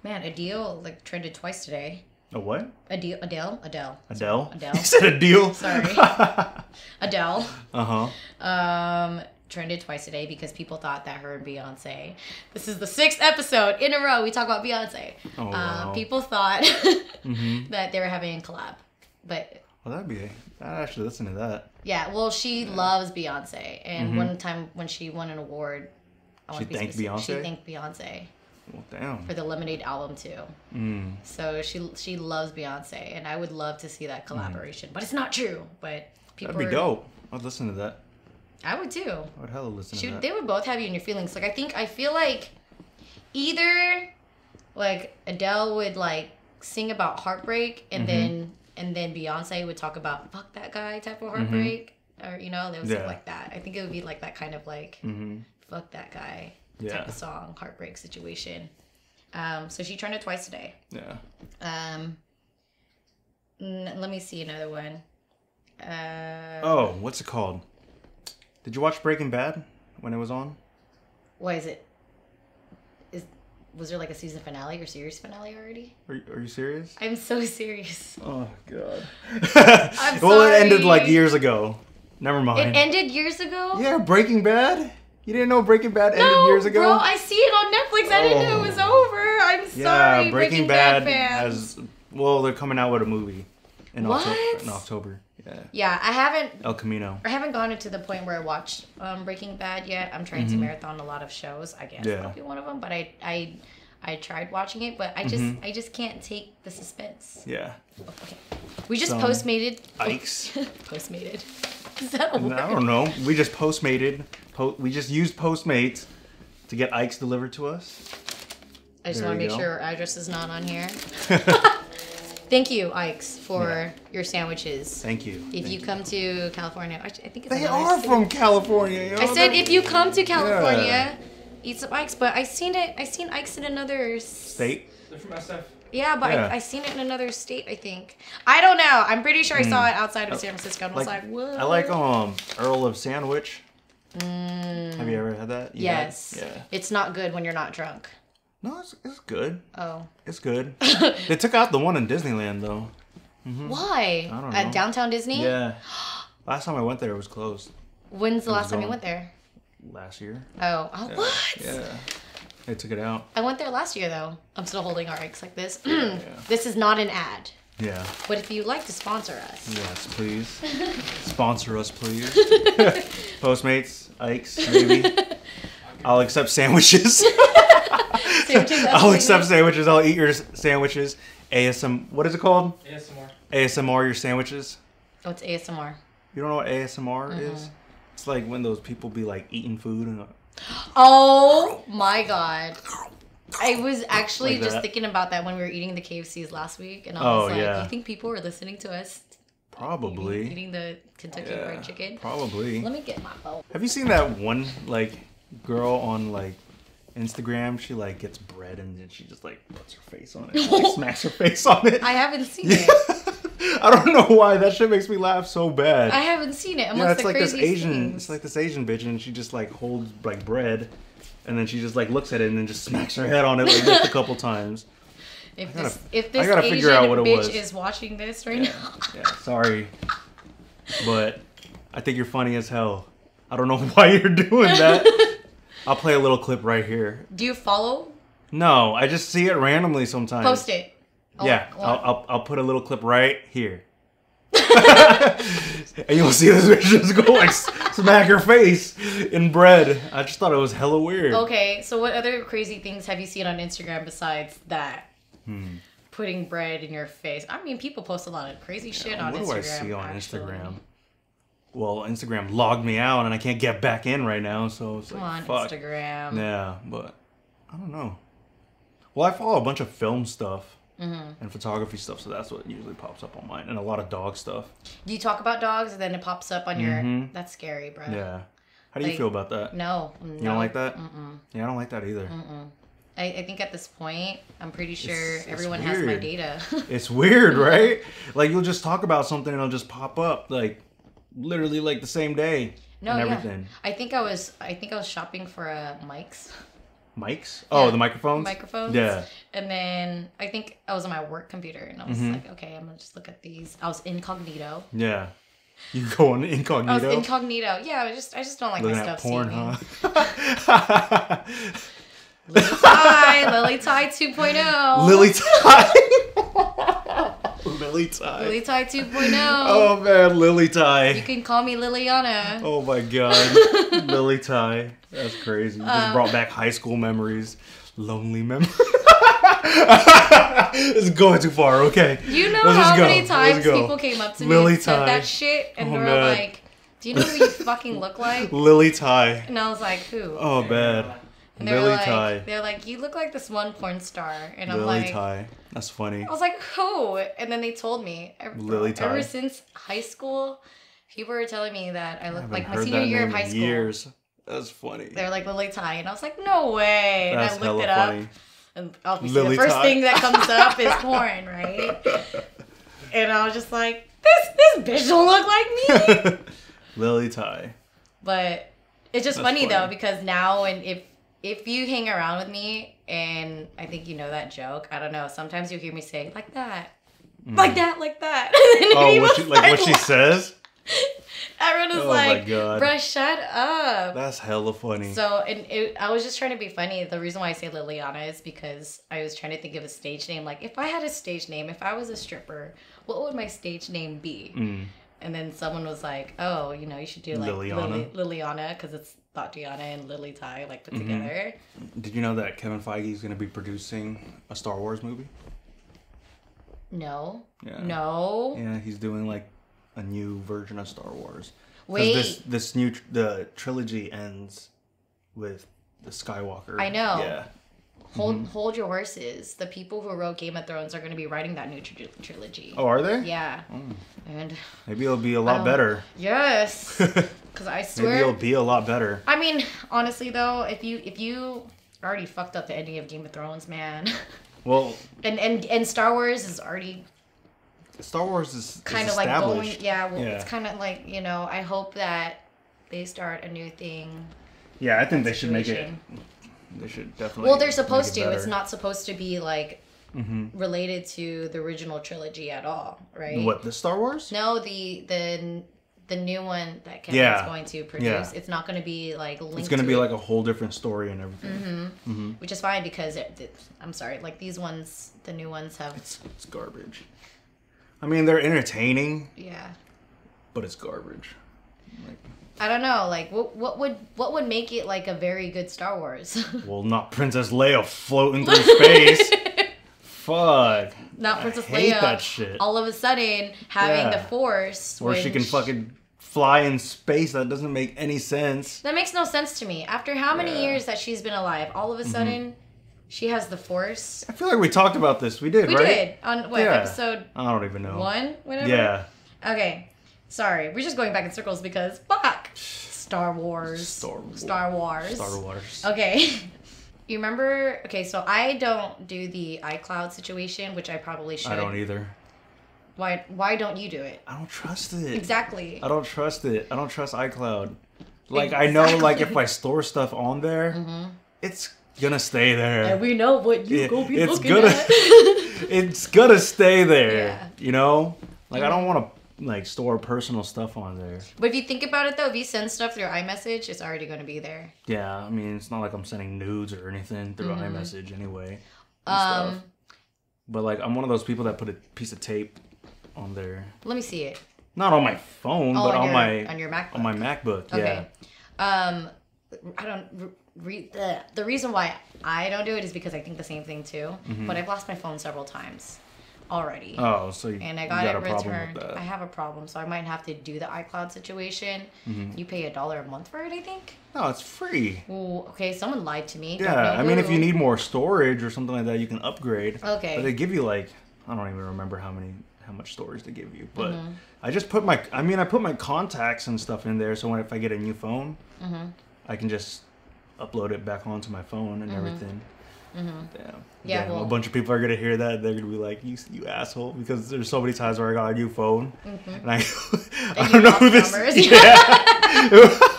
[SPEAKER 2] man, Adele like trended twice today.
[SPEAKER 1] A what?
[SPEAKER 2] Adele, Adele, Adele.
[SPEAKER 1] Adele? Uh-huh.
[SPEAKER 2] Adele.
[SPEAKER 1] you said a deal?
[SPEAKER 2] Sorry. Adele
[SPEAKER 1] Uh huh.
[SPEAKER 2] um, trended twice today because people thought that her and Beyonce. This is the sixth episode in a row we talk about Beyonce.
[SPEAKER 1] Oh,
[SPEAKER 2] Uh,
[SPEAKER 1] wow. Mm-hmm.
[SPEAKER 2] people thought that they were having a collab, but
[SPEAKER 1] Well, that'd be. I'd actually listen to that.
[SPEAKER 2] Yeah, well, she loves Beyonce, and one time when she won an award, I wanna
[SPEAKER 1] Mm-hmm. She thanked
[SPEAKER 2] specific-
[SPEAKER 1] Beyonce?
[SPEAKER 2] She thanked Beyonce
[SPEAKER 1] Well, damn.
[SPEAKER 2] for the Lemonade album too.
[SPEAKER 1] Mm.
[SPEAKER 2] So she she loves Beyonce, and I would love to see that collaboration. But it's not true. But people
[SPEAKER 1] Mm. That'd be
[SPEAKER 2] are-
[SPEAKER 1] dope. I'd listen to that.
[SPEAKER 2] I would too.
[SPEAKER 1] I would hella listen to
[SPEAKER 2] She would,
[SPEAKER 1] that.
[SPEAKER 2] they would both have you in your feelings. Like I think I feel like either like Adele would like sing about heartbreak, and
[SPEAKER 1] Mm-hmm.
[SPEAKER 2] then and then Beyonce would talk about fuck that guy type of heartbreak, or you know, there was
[SPEAKER 1] Mm-hmm. Yeah.
[SPEAKER 2] something like that. I think it would be like that kind of like
[SPEAKER 1] Mhm.
[SPEAKER 2] fuck that guy type
[SPEAKER 1] Yeah.
[SPEAKER 2] of song, heartbreak situation. Um, so she turned it twice today.
[SPEAKER 1] Yeah.
[SPEAKER 2] Um, n- let me see another one. Uh,
[SPEAKER 1] Oh, what's it called? Did you watch Breaking Bad when it was on?
[SPEAKER 2] why is it? Is was there like a season finale or series finale already?
[SPEAKER 1] Are, you- are you serious?
[SPEAKER 2] I'm so serious.
[SPEAKER 1] Oh God.
[SPEAKER 2] I'm
[SPEAKER 1] well, it ended like
[SPEAKER 2] sorry.
[SPEAKER 1] years ago. Never
[SPEAKER 2] It
[SPEAKER 1] mind.
[SPEAKER 2] ended years ago.
[SPEAKER 1] yeah, Breaking Bad. You didn't know Breaking Bad ended
[SPEAKER 2] No,
[SPEAKER 1] years ago.
[SPEAKER 2] bro, I see it on Netflix. I didn't know
[SPEAKER 1] Oh.
[SPEAKER 2] it was over. I'm
[SPEAKER 1] yeah,
[SPEAKER 2] sorry,
[SPEAKER 1] Breaking, Bad,
[SPEAKER 2] Bad, fans.
[SPEAKER 1] has. Well, they're coming out with a movie in
[SPEAKER 2] What?
[SPEAKER 1] October. In October. Yeah.
[SPEAKER 2] yeah, I haven't.
[SPEAKER 1] El Camino.
[SPEAKER 2] I haven't gotten to the point where I watched um, Breaking Bad yet. I'm trying to marathon a lot of shows. I guess
[SPEAKER 1] Yeah.
[SPEAKER 2] that'll be one of them. But I, I, I tried watching it, but I just, I just can't take the suspense.
[SPEAKER 1] Yeah.
[SPEAKER 2] We just
[SPEAKER 1] Some
[SPEAKER 2] postmated.
[SPEAKER 1] Ikes.
[SPEAKER 2] postmated. Is that a word?
[SPEAKER 1] I don't know. We just postmated. Po- we just used Postmates to get Ike's delivered to us.
[SPEAKER 2] I just
[SPEAKER 1] There
[SPEAKER 2] want to
[SPEAKER 1] you
[SPEAKER 2] make
[SPEAKER 1] go.
[SPEAKER 2] sure our address is not on here. Thank you, Ikes, for your sandwiches.
[SPEAKER 1] Thank you.
[SPEAKER 2] if
[SPEAKER 1] Thank
[SPEAKER 2] you come to California, I I think it's
[SPEAKER 1] They
[SPEAKER 2] another
[SPEAKER 1] are
[SPEAKER 2] city.
[SPEAKER 1] from California. yo.
[SPEAKER 2] I said if you come to California,
[SPEAKER 1] Yeah.
[SPEAKER 2] eat some Ikes. But I seen it. I seen Ikes in another state.
[SPEAKER 1] state.
[SPEAKER 3] They're from SF.
[SPEAKER 2] Yeah, but
[SPEAKER 1] Yeah.
[SPEAKER 2] I, I seen it in another state. I think. I don't know. I'm pretty sure I saw it outside of San Francisco. And I was
[SPEAKER 1] Hmm. Oh, Like,
[SPEAKER 2] like, what?
[SPEAKER 1] I like um Earl of Sandwich. Have you ever had that? You had-
[SPEAKER 2] Mm, Yes.
[SPEAKER 1] Yeah.
[SPEAKER 2] It's not good when you're not drunk.
[SPEAKER 1] No, it's, it's good.
[SPEAKER 2] Oh.
[SPEAKER 1] It's good. they took out the one in Disneyland though.
[SPEAKER 2] Why?
[SPEAKER 1] I don't know.
[SPEAKER 2] At downtown Disney?
[SPEAKER 1] Yeah. Last time I went there, it was closed.
[SPEAKER 2] When's the
[SPEAKER 1] was
[SPEAKER 2] last time you
[SPEAKER 1] gone.
[SPEAKER 2] went there?
[SPEAKER 1] Last year.
[SPEAKER 2] Oh, oh what?
[SPEAKER 1] Yeah. They took it out.
[SPEAKER 2] I went there last year though. I'm still holding RX like this.
[SPEAKER 1] yeah.
[SPEAKER 2] This is not an ad,
[SPEAKER 1] Yeah.
[SPEAKER 2] but if you'd like to sponsor us,
[SPEAKER 1] Yes, please. Sponsor us, please. Postmates, Ike's, maybe. I'll accept sandwiches.
[SPEAKER 2] Sandwiches,
[SPEAKER 1] I'll
[SPEAKER 2] absolutely.
[SPEAKER 1] accept sandwiches. I'll eat your s- sandwiches. ASM. What is it called?
[SPEAKER 3] ASMR.
[SPEAKER 1] ASMR your sandwiches.
[SPEAKER 2] Oh, it's ASMR.
[SPEAKER 1] You don't know what ASMR is? It's like when those people be like Uh-huh. eating food and. uh,
[SPEAKER 2] Oh my god. I was actually
[SPEAKER 1] Like
[SPEAKER 2] just
[SPEAKER 1] that.
[SPEAKER 2] thinking about that when we were eating the KFCs last week, and I
[SPEAKER 1] Oh,
[SPEAKER 2] was like,
[SPEAKER 1] yeah.
[SPEAKER 2] "You think people are listening to us
[SPEAKER 1] Probably.
[SPEAKER 2] eating, eating the Kentucky
[SPEAKER 1] Yeah,
[SPEAKER 2] Fried Chicken?"
[SPEAKER 1] Probably.
[SPEAKER 2] Let me get my phone.
[SPEAKER 1] Have you seen that one like girl on like Instagram? She like gets bread and then she just like puts her face on it, like, smacks her face on it.
[SPEAKER 2] I haven't seen
[SPEAKER 1] Yeah.
[SPEAKER 2] it.
[SPEAKER 1] I don't know why that shit makes me laugh so bad.
[SPEAKER 2] I haven't seen it. Amongst
[SPEAKER 1] yeah, it's
[SPEAKER 2] the
[SPEAKER 1] like this
[SPEAKER 2] craziest
[SPEAKER 1] Asian,
[SPEAKER 2] things.
[SPEAKER 1] it's like this Asian bitch, and she just like holds like bread, and then she just like looks at it and then just smacks her head on it like this a couple times.
[SPEAKER 2] If
[SPEAKER 1] gotta-
[SPEAKER 2] this, if
[SPEAKER 1] I
[SPEAKER 2] this
[SPEAKER 1] gotta
[SPEAKER 2] Asian
[SPEAKER 1] figure out what it
[SPEAKER 2] bitch
[SPEAKER 1] was.
[SPEAKER 2] is watching this right
[SPEAKER 1] Yeah,
[SPEAKER 2] now,
[SPEAKER 1] yeah, sorry, but I think you're funny as hell. I don't know why you're doing that. I'll play a little clip right here.
[SPEAKER 2] do you follow?
[SPEAKER 1] No, I just see it randomly sometimes.
[SPEAKER 2] Post it. Oh, I
[SPEAKER 1] Yeah,
[SPEAKER 2] want- I
[SPEAKER 1] I'll,
[SPEAKER 2] want-
[SPEAKER 1] I'll, I'll put a little clip right here. and you'll see this bitch just go like s- smack her face in bread. I just thought it was hella weird.
[SPEAKER 2] Okay, so what other crazy things have you seen on Instagram besides that?
[SPEAKER 1] Hmm.
[SPEAKER 2] Putting bread in your face. I mean, people post a lot of crazy shit on
[SPEAKER 1] what
[SPEAKER 2] Instagram.
[SPEAKER 1] do I see on
[SPEAKER 2] actually.
[SPEAKER 1] Instagram? Well, Instagram logged me out and I can't get back in right now, so it's
[SPEAKER 2] Come
[SPEAKER 1] like
[SPEAKER 2] on,
[SPEAKER 1] fuck.
[SPEAKER 2] Instagram.
[SPEAKER 1] Yeah, but I don't know. Well, I follow a bunch of film stuff
[SPEAKER 2] Mm-hmm.
[SPEAKER 1] and photography stuff, so that's what usually pops up on mine, and a lot of dog stuff.
[SPEAKER 2] You talk about dogs, and then it pops up on your.
[SPEAKER 1] Mhm.
[SPEAKER 2] That's scary, bro.
[SPEAKER 1] Yeah. How do you
[SPEAKER 2] Like,
[SPEAKER 1] feel about that?
[SPEAKER 2] No, no.
[SPEAKER 1] You don't like that?
[SPEAKER 2] Mm-mm.
[SPEAKER 1] Yeah, I don't like that either.
[SPEAKER 2] I, I think at this point, I'm pretty sure
[SPEAKER 1] it's
[SPEAKER 2] everyone has my
[SPEAKER 1] weird.
[SPEAKER 2] data.
[SPEAKER 1] It's weird, right? like you'll just talk about something and it'll just pop up, like literally like the same day
[SPEAKER 2] no,
[SPEAKER 1] and
[SPEAKER 2] yeah.
[SPEAKER 1] everything.
[SPEAKER 2] I think I was. I think I was shopping for a mics.
[SPEAKER 1] Mics? Oh,
[SPEAKER 2] Yeah.
[SPEAKER 1] the microphones.
[SPEAKER 2] microphones.
[SPEAKER 1] Yeah.
[SPEAKER 2] And then I think I was on my work computer and I was
[SPEAKER 1] Mhm.
[SPEAKER 2] like, okay, I'm gonna just look at these. I was incognito.
[SPEAKER 1] Yeah. You go on
[SPEAKER 2] I was
[SPEAKER 1] incognito.
[SPEAKER 2] Oh, incognito. Yeah, I just I just don't like
[SPEAKER 1] looking
[SPEAKER 2] my
[SPEAKER 1] at
[SPEAKER 2] stuff
[SPEAKER 1] porn,
[SPEAKER 2] seeing me.
[SPEAKER 1] huh?
[SPEAKER 2] oh. Lily Ty, Lily Ty 2.0.
[SPEAKER 1] Lily Ty. Lily Ty.
[SPEAKER 2] Oh. Lily Ty 2.0.
[SPEAKER 1] Oh man, Lily
[SPEAKER 2] You
[SPEAKER 1] Ty.
[SPEAKER 2] can call me Liliana.
[SPEAKER 1] Oh my god, Lily Ty. That's crazy. You
[SPEAKER 2] Uh,
[SPEAKER 1] just brought back high school memories, lonely memories. it's going too far. Okay.
[SPEAKER 2] You know
[SPEAKER 1] Let's just
[SPEAKER 2] how
[SPEAKER 1] go.
[SPEAKER 2] many
[SPEAKER 1] Let's
[SPEAKER 2] times
[SPEAKER 1] go.
[SPEAKER 2] people came up to me
[SPEAKER 1] Lily
[SPEAKER 2] and said
[SPEAKER 1] Ty.
[SPEAKER 2] that shit, and
[SPEAKER 1] Oh,
[SPEAKER 2] they were
[SPEAKER 1] man.
[SPEAKER 2] like, "Do you know who you fucking look like?"
[SPEAKER 1] Lily Ty.
[SPEAKER 2] And I was like, "Who?"
[SPEAKER 1] Oh man,
[SPEAKER 3] uh,
[SPEAKER 2] and they were
[SPEAKER 1] Lily
[SPEAKER 2] like,
[SPEAKER 1] Ty.
[SPEAKER 2] "They're like, you look like this one porn star," and I'm
[SPEAKER 1] Lily
[SPEAKER 2] like.
[SPEAKER 1] Ty. That's funny.
[SPEAKER 2] I was like, who? And then they told me. Ever,
[SPEAKER 1] Lily Ty.
[SPEAKER 2] Ever since high school, people were telling me that I
[SPEAKER 1] I
[SPEAKER 2] looked
[SPEAKER 1] haven't
[SPEAKER 2] like my
[SPEAKER 1] heard
[SPEAKER 2] senior
[SPEAKER 1] that
[SPEAKER 2] year of
[SPEAKER 1] name
[SPEAKER 2] high
[SPEAKER 1] in
[SPEAKER 2] school.
[SPEAKER 1] Years. That's funny.
[SPEAKER 2] They were like Lily Ty, and I was like, no way.
[SPEAKER 1] That's
[SPEAKER 2] and I looked
[SPEAKER 1] hella
[SPEAKER 2] it up,
[SPEAKER 1] funny.
[SPEAKER 2] and obviously
[SPEAKER 1] Lily
[SPEAKER 2] the first
[SPEAKER 1] Ty.
[SPEAKER 2] thing that comes up is porn, right? And I was just like, this this bitch don't look like me.
[SPEAKER 1] Lily Ty.
[SPEAKER 2] But it's just
[SPEAKER 1] That's
[SPEAKER 2] funny, though
[SPEAKER 1] funny.
[SPEAKER 2] because now and if if you hang around with me and I think you know that joke, I don't know. Sometimes you hear me say like that, like that, like that. And
[SPEAKER 1] Mm. Oh,
[SPEAKER 2] people
[SPEAKER 1] what she, like what
[SPEAKER 2] start
[SPEAKER 1] she says?
[SPEAKER 2] laughing. Everyone is
[SPEAKER 1] Oh my
[SPEAKER 2] like,
[SPEAKER 1] God.
[SPEAKER 2] "Bruh, shut up."
[SPEAKER 1] That's hella funny.
[SPEAKER 2] So and it, I was just trying to be funny. The reason why I say Liliana is because I was trying to think of a stage name. Like if I had a stage name, if I was a stripper, what would my stage name be?
[SPEAKER 1] Mm.
[SPEAKER 2] And then someone was like, "Oh, you know, you should do like
[SPEAKER 1] Liliana. Mm-hmm.
[SPEAKER 2] Lily, Liliana because it's Tatiana and Lily Ty like put together."
[SPEAKER 1] Did you know that Kevin Feige is going to be producing a Star Wars movie?
[SPEAKER 2] No,
[SPEAKER 1] Yeah.
[SPEAKER 2] no,
[SPEAKER 1] Yeah, he's doing like a new version of Star Wars. 'Cause
[SPEAKER 2] wait.
[SPEAKER 1] This, this new tr- the trilogy ends with the Skywalker.
[SPEAKER 2] I know.
[SPEAKER 1] Yeah. Mm-hmm.
[SPEAKER 2] hold hold your horses. The people who wrote Game of Thrones are going to be writing that new tr- trilogy.
[SPEAKER 1] Oh, are they?
[SPEAKER 2] Yeah, and
[SPEAKER 1] Maybe it'll be a lot
[SPEAKER 2] Um,
[SPEAKER 1] better.
[SPEAKER 2] yes,
[SPEAKER 1] Maybe
[SPEAKER 2] because I
[SPEAKER 1] it'll
[SPEAKER 2] swear.
[SPEAKER 1] be a lot better.
[SPEAKER 2] I mean, honestly though, if you if you already fucked up the ending of Game of Thrones, man,
[SPEAKER 1] Well,
[SPEAKER 2] and and and Star Wars is already
[SPEAKER 1] Star Wars is
[SPEAKER 2] kind
[SPEAKER 1] is
[SPEAKER 2] of like going
[SPEAKER 1] established.
[SPEAKER 2] yeah, well,
[SPEAKER 1] Yeah.
[SPEAKER 2] it's kind of like you know i hope that they start a new thing
[SPEAKER 1] Yeah, I think they should make it.
[SPEAKER 2] situation.
[SPEAKER 1] They should definitely.
[SPEAKER 2] well they're
[SPEAKER 1] make it
[SPEAKER 2] supposed to it's
[SPEAKER 1] better. Mm-hmm.
[SPEAKER 2] not supposed to be like related to the original trilogy at all right
[SPEAKER 1] What the Star Wars?
[SPEAKER 2] no the the the new one that Kevin's
[SPEAKER 1] Yeah.
[SPEAKER 2] going to produce it's not going to be like linked
[SPEAKER 1] It's gonna
[SPEAKER 2] to
[SPEAKER 1] be
[SPEAKER 2] it, Mm-hmm.
[SPEAKER 1] like a whole different story and everything.
[SPEAKER 2] which is fine because it, it, i'm sorry like these ones the new ones have
[SPEAKER 1] It's, it's garbage. I mean, they're entertaining,
[SPEAKER 2] yeah
[SPEAKER 1] but it's garbage. Like,
[SPEAKER 2] i don't know like what, what would what would make it like a very good star wars
[SPEAKER 1] well, not Princess Leia floating through space. Fuck.
[SPEAKER 2] not Princess
[SPEAKER 1] hate
[SPEAKER 2] Leia.
[SPEAKER 1] that shit.
[SPEAKER 2] All of a sudden, having
[SPEAKER 1] Yeah.
[SPEAKER 2] the Force,
[SPEAKER 1] Where she
[SPEAKER 2] when
[SPEAKER 1] can
[SPEAKER 2] sh-
[SPEAKER 1] fucking fly in space. That doesn't make any sense.
[SPEAKER 2] That makes no sense to me. After how many
[SPEAKER 1] Yeah. Mm-hmm.
[SPEAKER 2] years that she's been alive, all of a sudden, she has the Force.
[SPEAKER 1] I feel like we talked about this. We did,
[SPEAKER 2] We
[SPEAKER 1] right?
[SPEAKER 2] did on what
[SPEAKER 1] Yeah.
[SPEAKER 2] episode
[SPEAKER 1] I don't even know.
[SPEAKER 2] one, whatever.
[SPEAKER 1] Yeah.
[SPEAKER 2] Okay. Sorry, we're just going back in circles because fuck, Star Wars,
[SPEAKER 1] Star Wars.
[SPEAKER 2] Star Wars.
[SPEAKER 1] Star Wars.
[SPEAKER 2] Okay. You remember? Okay, so I don't do the iCloud situation, which I probably should.
[SPEAKER 1] I don't either.
[SPEAKER 2] Why? Why don't you do it?
[SPEAKER 1] I don't trust it.
[SPEAKER 2] Exactly.
[SPEAKER 1] I don't trust it. I don't trust iCloud. Like I know, like if I store stuff on there, it's gonna stay there.
[SPEAKER 2] And Mm-hmm. we know what you
[SPEAKER 1] Yeah,
[SPEAKER 2] go be
[SPEAKER 1] it's
[SPEAKER 2] looking
[SPEAKER 1] gonna-
[SPEAKER 2] at.
[SPEAKER 1] it's gonna stay there.
[SPEAKER 2] Yeah. Mm-hmm.
[SPEAKER 1] You know, like I don't want to like store personal stuff on there.
[SPEAKER 2] but if you think about it though, if you send stuff through iMessage, it's already going to be there.
[SPEAKER 1] Yeah, I mean it's not like I'm sending nudes or anything through
[SPEAKER 2] Mm-hmm.
[SPEAKER 1] iMessage anyway. and
[SPEAKER 2] Um,
[SPEAKER 1] stuff. But like I'm one of those people that put a piece of tape on there,
[SPEAKER 2] Let me see it.
[SPEAKER 1] not on my phone,
[SPEAKER 2] Oh,
[SPEAKER 1] but
[SPEAKER 2] on
[SPEAKER 1] on
[SPEAKER 2] your-
[SPEAKER 1] my
[SPEAKER 2] on your MacBook.
[SPEAKER 1] on my MacBook. Yeah.
[SPEAKER 2] Okay. Um, I don't. Re- the, the reason why I don't do it is because I think the same thing too.
[SPEAKER 1] Mm-hmm.
[SPEAKER 2] But I've lost my phone several times already.
[SPEAKER 1] Oh, so you,
[SPEAKER 2] and I
[SPEAKER 1] you
[SPEAKER 2] got,
[SPEAKER 1] got a
[SPEAKER 2] it
[SPEAKER 1] problem
[SPEAKER 2] returned.
[SPEAKER 1] with
[SPEAKER 2] I
[SPEAKER 1] that?
[SPEAKER 2] have a problem, so I might have to do the iCloud situation.
[SPEAKER 1] Mm-hmm.
[SPEAKER 2] You pay a dollar a month for it, I think.
[SPEAKER 1] No, it's free.
[SPEAKER 2] Ooh, okay, someone lied to me. Don't
[SPEAKER 1] Yeah,
[SPEAKER 2] know
[SPEAKER 1] I mean, if
[SPEAKER 2] who.
[SPEAKER 1] you need more storage or something like that, you can upgrade.
[SPEAKER 2] Okay.
[SPEAKER 1] But they give you like I don't even remember how many how much storage they give you, but
[SPEAKER 2] Mm-hmm.
[SPEAKER 1] I just put my I mean I put my contacts and stuff in there, so when if I get a new phone,
[SPEAKER 2] Mm-hmm.
[SPEAKER 1] I can just upload it back onto my phone and everything. Damn.
[SPEAKER 2] Mm-hmm. Yeah,
[SPEAKER 1] Damn,
[SPEAKER 2] well-
[SPEAKER 1] a bunch of people are gonna hear that. They're gonna be like, "You, you asshole!" Because there's so many times where I got a new phone,
[SPEAKER 2] Mm-hmm.
[SPEAKER 1] and I, I
[SPEAKER 2] you
[SPEAKER 1] don't know
[SPEAKER 2] lost
[SPEAKER 1] who this.
[SPEAKER 2] numbers.
[SPEAKER 1] Yeah,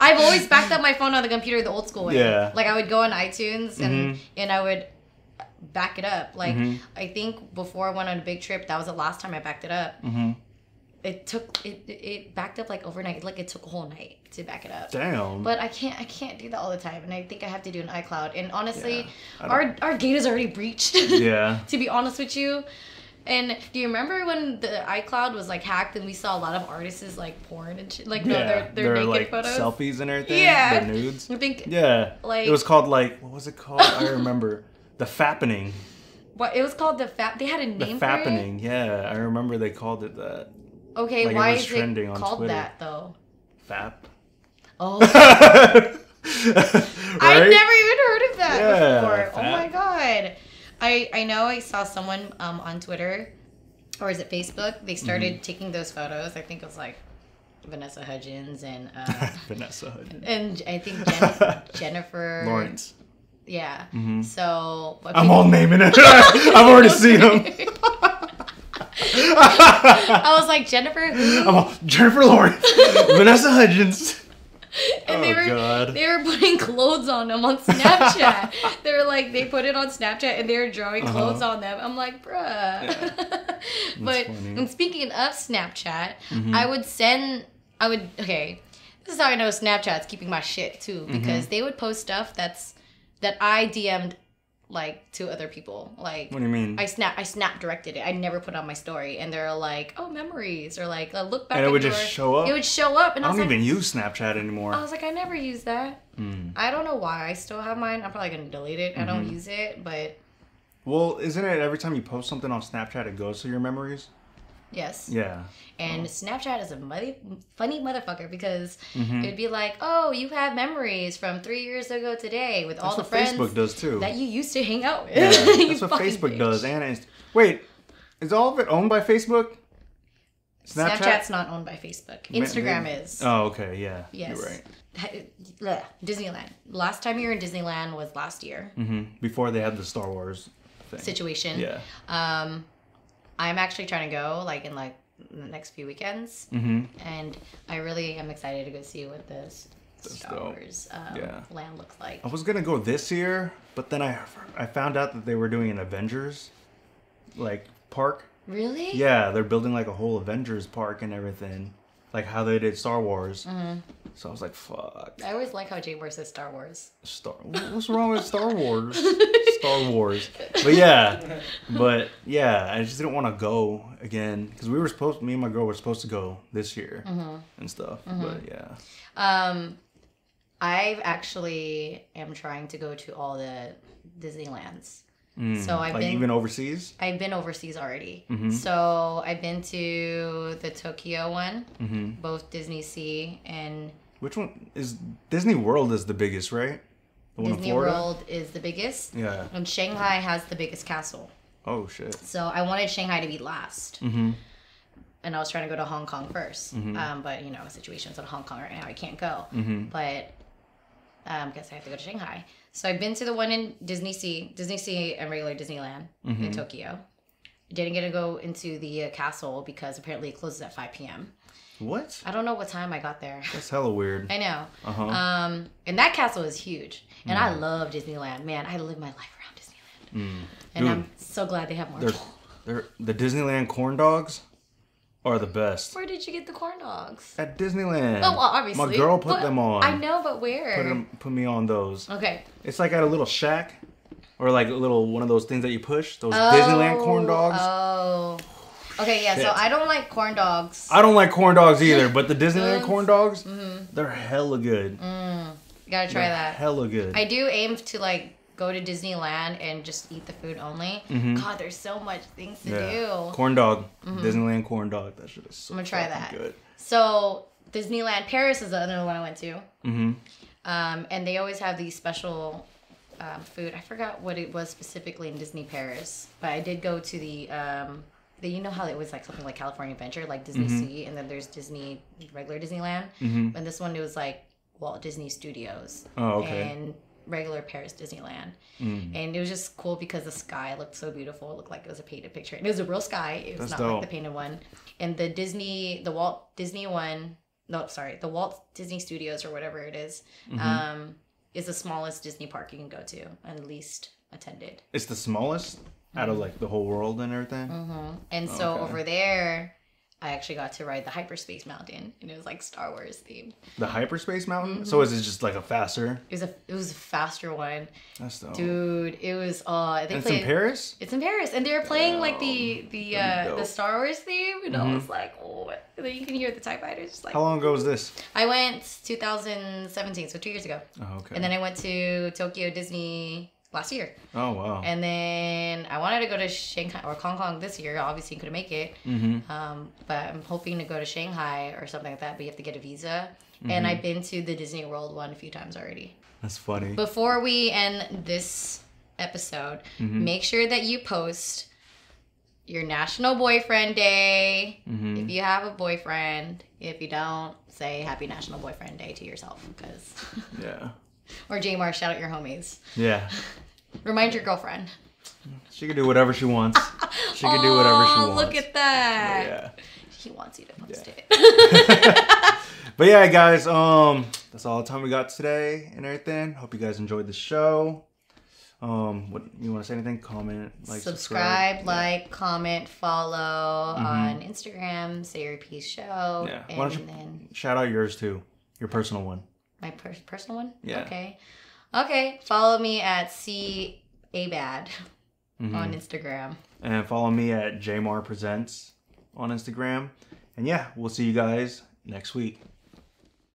[SPEAKER 2] I've always backed up my phone on the computer the old school way.
[SPEAKER 1] Yeah. Mm-hmm.
[SPEAKER 2] Like I would go on iTunes and and I would back it up. Like I think before I went on a big trip, that was the last time I backed it up.
[SPEAKER 1] Mm-hmm.
[SPEAKER 2] It took it it backed up like overnight. Like it took a whole night to back it up.
[SPEAKER 1] damn.
[SPEAKER 2] But I can't I can't do that all the time, and I think I have to do an iCloud. And honestly,
[SPEAKER 1] Yeah, I
[SPEAKER 2] our our gate is already breached.
[SPEAKER 1] yeah,
[SPEAKER 2] to be honest with you. And do you remember when the iCloud was like hacked and we saw a lot of artists like porn and shit? Like no, their, their naked
[SPEAKER 1] like
[SPEAKER 2] photos.
[SPEAKER 1] selfies and everything.
[SPEAKER 2] Yeah.
[SPEAKER 1] their nudes.
[SPEAKER 2] I think
[SPEAKER 1] Yeah,
[SPEAKER 2] Like-
[SPEAKER 1] it was called like what was it called? I remember the fappening.
[SPEAKER 2] what it was called the fap. They had a
[SPEAKER 1] The
[SPEAKER 2] name for it.
[SPEAKER 1] fappening. Yeah, I remember they called it that.
[SPEAKER 2] Okay,
[SPEAKER 1] Like, it
[SPEAKER 2] why
[SPEAKER 1] was
[SPEAKER 2] is
[SPEAKER 1] trending
[SPEAKER 2] it
[SPEAKER 1] on
[SPEAKER 2] called
[SPEAKER 1] Twitter.
[SPEAKER 2] that though?
[SPEAKER 1] Fap.
[SPEAKER 2] Oh, I
[SPEAKER 1] right?
[SPEAKER 2] never even heard of that
[SPEAKER 1] Yeah,
[SPEAKER 2] before. Oh
[SPEAKER 1] fap.
[SPEAKER 2] my god! I I know I saw someone um on Twitter, or is it Facebook?
[SPEAKER 1] Mm-hmm.
[SPEAKER 2] They started taking those photos. I think it was like Vanessa Hudgens and uh,
[SPEAKER 1] Vanessa Hudgens.
[SPEAKER 2] and I think Jen- Jennifer
[SPEAKER 1] Lawrence. Mm-hmm.
[SPEAKER 2] Yeah. So but
[SPEAKER 1] I'm
[SPEAKER 2] people-
[SPEAKER 1] all naming it. I've already seen him.
[SPEAKER 2] I was like Jennifer who?
[SPEAKER 1] I'm all Jennifer Lawrence, Vanessa Hudgens.
[SPEAKER 2] and they
[SPEAKER 1] Oh,
[SPEAKER 2] were
[SPEAKER 1] God.
[SPEAKER 2] they were putting clothes on them on Snapchat. they were like they put it on Snapchat and they were drawing
[SPEAKER 1] Uh-huh.
[SPEAKER 2] clothes on them. I'm like, bruh. but
[SPEAKER 1] funny. Mm-hmm.
[SPEAKER 2] and speaking of Snapchat, I would send I would okay. This is how I know Snapchat's keeping my shit too
[SPEAKER 1] Mm-hmm.
[SPEAKER 2] because they would post stuff that's that I DM'd like to other people like
[SPEAKER 1] What do you mean?
[SPEAKER 2] I snap I snap directed it. I never put on my story, and they're like, "Oh, memories," or like, "Uh, "Look back."
[SPEAKER 1] And it
[SPEAKER 2] at
[SPEAKER 1] would just
[SPEAKER 2] your-"
[SPEAKER 1] show up?
[SPEAKER 2] It would show up, and I,
[SPEAKER 1] I
[SPEAKER 2] was
[SPEAKER 1] don't
[SPEAKER 2] like,
[SPEAKER 1] even use Snapchat anymore.
[SPEAKER 2] I was like, "I never use that."
[SPEAKER 1] Mm.
[SPEAKER 2] I don't know why I still have mine. I'm probably gonna delete it. I
[SPEAKER 1] Mm-hmm.
[SPEAKER 2] don't use it, but
[SPEAKER 1] well, isn't it every time you post something on Snapchat, it goes to your memories?
[SPEAKER 2] yes.
[SPEAKER 1] Yeah.
[SPEAKER 2] And Snapchat is a mother- funny motherfucker because
[SPEAKER 1] Mm-hmm.
[SPEAKER 2] it'd be like, "Oh, you have memories from three years ago today with all
[SPEAKER 1] That's
[SPEAKER 2] the
[SPEAKER 1] what
[SPEAKER 2] friends
[SPEAKER 1] Facebook does too.
[SPEAKER 2] that you used to hang out with."
[SPEAKER 1] Yeah,
[SPEAKER 2] You
[SPEAKER 1] that's what
[SPEAKER 2] fucking
[SPEAKER 1] Facebook
[SPEAKER 2] bitch.
[SPEAKER 1] does. And Inst- wait, is all of it owned by Facebook? Snapchat?
[SPEAKER 2] Snapchat's not owned by Facebook.
[SPEAKER 1] Ma-
[SPEAKER 2] Instagram
[SPEAKER 1] maybe-
[SPEAKER 2] is.
[SPEAKER 1] Oh, okay, yeah.
[SPEAKER 2] Yes.
[SPEAKER 1] You're right.
[SPEAKER 2] Blech. Disneyland. Last time you were in Disneyland was last year
[SPEAKER 1] hmm Before they had the Star Wars thing.
[SPEAKER 2] situation.
[SPEAKER 1] Yeah.
[SPEAKER 2] Um, I'm actually trying to go like in like the next few weekends,
[SPEAKER 1] hmm
[SPEAKER 2] and I really am excited to go see what this Star
[SPEAKER 1] dope.
[SPEAKER 2] Wars um,
[SPEAKER 1] Yeah. Oh.
[SPEAKER 2] land looks like.
[SPEAKER 1] I was gonna go this year, but then I I found out that they were doing an Avengers, like park.
[SPEAKER 2] Really?
[SPEAKER 1] Yeah, they're building like a whole Avengers park and everything, like how they did Star Wars.
[SPEAKER 2] Mm-hmm.
[SPEAKER 1] So I was like, fuck.
[SPEAKER 2] I always like how Jay Moore says Star Wars.
[SPEAKER 1] Star. What's wrong with Star Wars? Star Wars. But yeah, but yeah, I just didn't want to go again because we were supposed. Me and my girl were supposed to go this year
[SPEAKER 2] Mm-hmm.
[SPEAKER 1] and stuff. But yeah,
[SPEAKER 2] Um, I actually am trying to go to all the Disneylands. So I've
[SPEAKER 1] Mm, like
[SPEAKER 2] been
[SPEAKER 1] even Mm-hmm. overseas.
[SPEAKER 2] I've been overseas already. So I've been to the Tokyo one,
[SPEAKER 1] Mm-hmm.
[SPEAKER 2] both Disney Sea and
[SPEAKER 1] Which one is Disney World is the biggest, right? The one
[SPEAKER 2] Disney
[SPEAKER 1] in Florida.
[SPEAKER 2] World is the biggest.
[SPEAKER 1] Yeah.
[SPEAKER 2] And Shanghai has the biggest castle.
[SPEAKER 1] Oh shit.
[SPEAKER 2] So I wanted Shanghai to be last.
[SPEAKER 1] Mhm.
[SPEAKER 2] And I was trying to go to Hong Kong 1st Um, but you know, situations in Hong Kong right now, I can't go. But um, guess I have to go to Shanghai. So I've been to the one in Disney Sea, Disney Sea, and regular Disneyland in Tokyo. Didn't get to go into the uh, castle because apparently it closes at 5 p.m.
[SPEAKER 1] What?
[SPEAKER 2] I don't know what time I got there.
[SPEAKER 1] That's hella weird.
[SPEAKER 2] I know.
[SPEAKER 1] Uh huh.
[SPEAKER 2] Um, and that castle is huge. And I love Disneyland. Man, I live my life around Disneyland. And
[SPEAKER 1] Dude.
[SPEAKER 2] I'm so glad they have more.
[SPEAKER 1] they're, they're the Disneyland corn dogs are the best
[SPEAKER 2] Where did you get the corn dogs?
[SPEAKER 1] at Disneyland.
[SPEAKER 2] Oh, well, obviously.
[SPEAKER 1] Uh, my girl put
[SPEAKER 2] But-
[SPEAKER 1] them on.
[SPEAKER 2] I know, but where?
[SPEAKER 1] Put, 'em- put me on those.
[SPEAKER 2] Okay.
[SPEAKER 1] It's like at a little shack, or like a little one of those things that you push. Those Disneyland corn
[SPEAKER 2] Oh,
[SPEAKER 1] dogs.
[SPEAKER 2] Oh. Okay, yeah, so
[SPEAKER 1] Shit.
[SPEAKER 2] I don't like corn dogs.
[SPEAKER 1] I don't like corn dogs either, but the Disneyland
[SPEAKER 2] Those-
[SPEAKER 1] corn dogs, they're hella good.
[SPEAKER 2] You gotta try
[SPEAKER 1] They're
[SPEAKER 2] that.
[SPEAKER 1] Hella good.
[SPEAKER 2] I do aim to, like, go to Disneyland and just eat the food only.
[SPEAKER 1] Mm-hmm.
[SPEAKER 2] God, there's so much things to do.
[SPEAKER 1] Corn dog. Disneyland corn dog. That shit is so
[SPEAKER 2] I'm gonna try
[SPEAKER 1] fucking
[SPEAKER 2] that.
[SPEAKER 1] good.
[SPEAKER 2] So Disneyland Paris is the other one I went to,
[SPEAKER 1] Mhm.
[SPEAKER 2] um, and they always have these special um, food. I forgot what it was specifically in Disney Paris, but I did go to the. Um, the, you know how it was like something like California Adventure, like Disney Sea, and then there's Disney regular Disneyland. mm And this one it was like Walt Disney Studios
[SPEAKER 1] mm-hmm. Oh, okay. Mm.
[SPEAKER 2] and regular Paris Disneyland. And it was just cool because the sky looked so beautiful. It looked like it was a painted picture. And it was a real sky. It was
[SPEAKER 1] That's
[SPEAKER 2] not
[SPEAKER 1] dope.
[SPEAKER 2] like the painted one. And the Disney, the Walt Disney one, no, sorry, the Walt Disney Studios or whatever it is,
[SPEAKER 1] Mm-hmm.
[SPEAKER 2] um, is the smallest Disney park you can go to and least attended.
[SPEAKER 1] It's
[SPEAKER 2] Mm-hmm.
[SPEAKER 1] the smallest out of like the whole world and everything.
[SPEAKER 2] And so
[SPEAKER 1] Okay.
[SPEAKER 2] over there, I actually got to ride the hyperspace mountain, and it was like Star Wars themed.
[SPEAKER 1] The hyperspace mountain. So
[SPEAKER 2] Mm-hmm.
[SPEAKER 1] is it just like a faster?
[SPEAKER 2] It was a it was a faster one,
[SPEAKER 1] That's dope.
[SPEAKER 2] dude. It was uh, they
[SPEAKER 1] Oh. and it's
[SPEAKER 2] played.
[SPEAKER 1] in Paris.
[SPEAKER 2] It's in Paris, and they were playing like the the
[SPEAKER 1] That'd be
[SPEAKER 2] uh, the
[SPEAKER 1] dope.
[SPEAKER 2] Star Wars theme, and
[SPEAKER 1] Mm-hmm.
[SPEAKER 2] I was like, oh, and then you can hear the Tie Fighters. Just like
[SPEAKER 1] How long ago was this?
[SPEAKER 2] I went 2017, so two years ago,
[SPEAKER 1] Oh, okay.
[SPEAKER 2] and then I went to Tokyo Disney last year,
[SPEAKER 1] oh wow.
[SPEAKER 2] and then I wanted to go to Shanghai or Hong Kong this year. Obviously, couldn't make it,
[SPEAKER 1] mm-hmm.
[SPEAKER 2] um, but I'm hoping to go to Shanghai or something like that. But you have to get a visa,
[SPEAKER 1] Mm-hmm.
[SPEAKER 2] and I've been to the Disney World one a few times already.
[SPEAKER 1] That's funny.
[SPEAKER 2] Before we end this episode,
[SPEAKER 1] Mm-hmm.
[SPEAKER 2] make sure that you post your National Boyfriend Day.
[SPEAKER 1] Mhm.
[SPEAKER 2] If you have a boyfriend, if you don't, say Happy National Boyfriend Day to yourself, because
[SPEAKER 1] Yeah.
[SPEAKER 2] or Jamar, shout out your homies.
[SPEAKER 1] Yeah.
[SPEAKER 2] Remind your girlfriend.
[SPEAKER 1] She can do whatever she wants. She can do whatever she
[SPEAKER 2] Aw,
[SPEAKER 1] wants.
[SPEAKER 2] Oh, Look at that.
[SPEAKER 1] yeah.
[SPEAKER 2] He wants you to post it.
[SPEAKER 1] But yeah, guys, um, that's all the time we got today and everything. Hope you guys enjoyed the show. Um, what you want to say? Anything? Comment, like, subscribe.
[SPEAKER 2] subscribe, like, comment, follow on Instagram, say your piece show.
[SPEAKER 1] Mm-hmm. Yeah.
[SPEAKER 2] And
[SPEAKER 1] Why don't you-
[SPEAKER 2] then
[SPEAKER 1] Yeah. Shout out yours too, your personal one.
[SPEAKER 2] My per- personal one?
[SPEAKER 1] Yeah.
[SPEAKER 2] Okay. Okay. Follow me at C A Bad
[SPEAKER 1] Mhm.
[SPEAKER 2] on Instagram.
[SPEAKER 1] and follow me at Jmar Presents on Instagram. And yeah, we'll see you guys next week.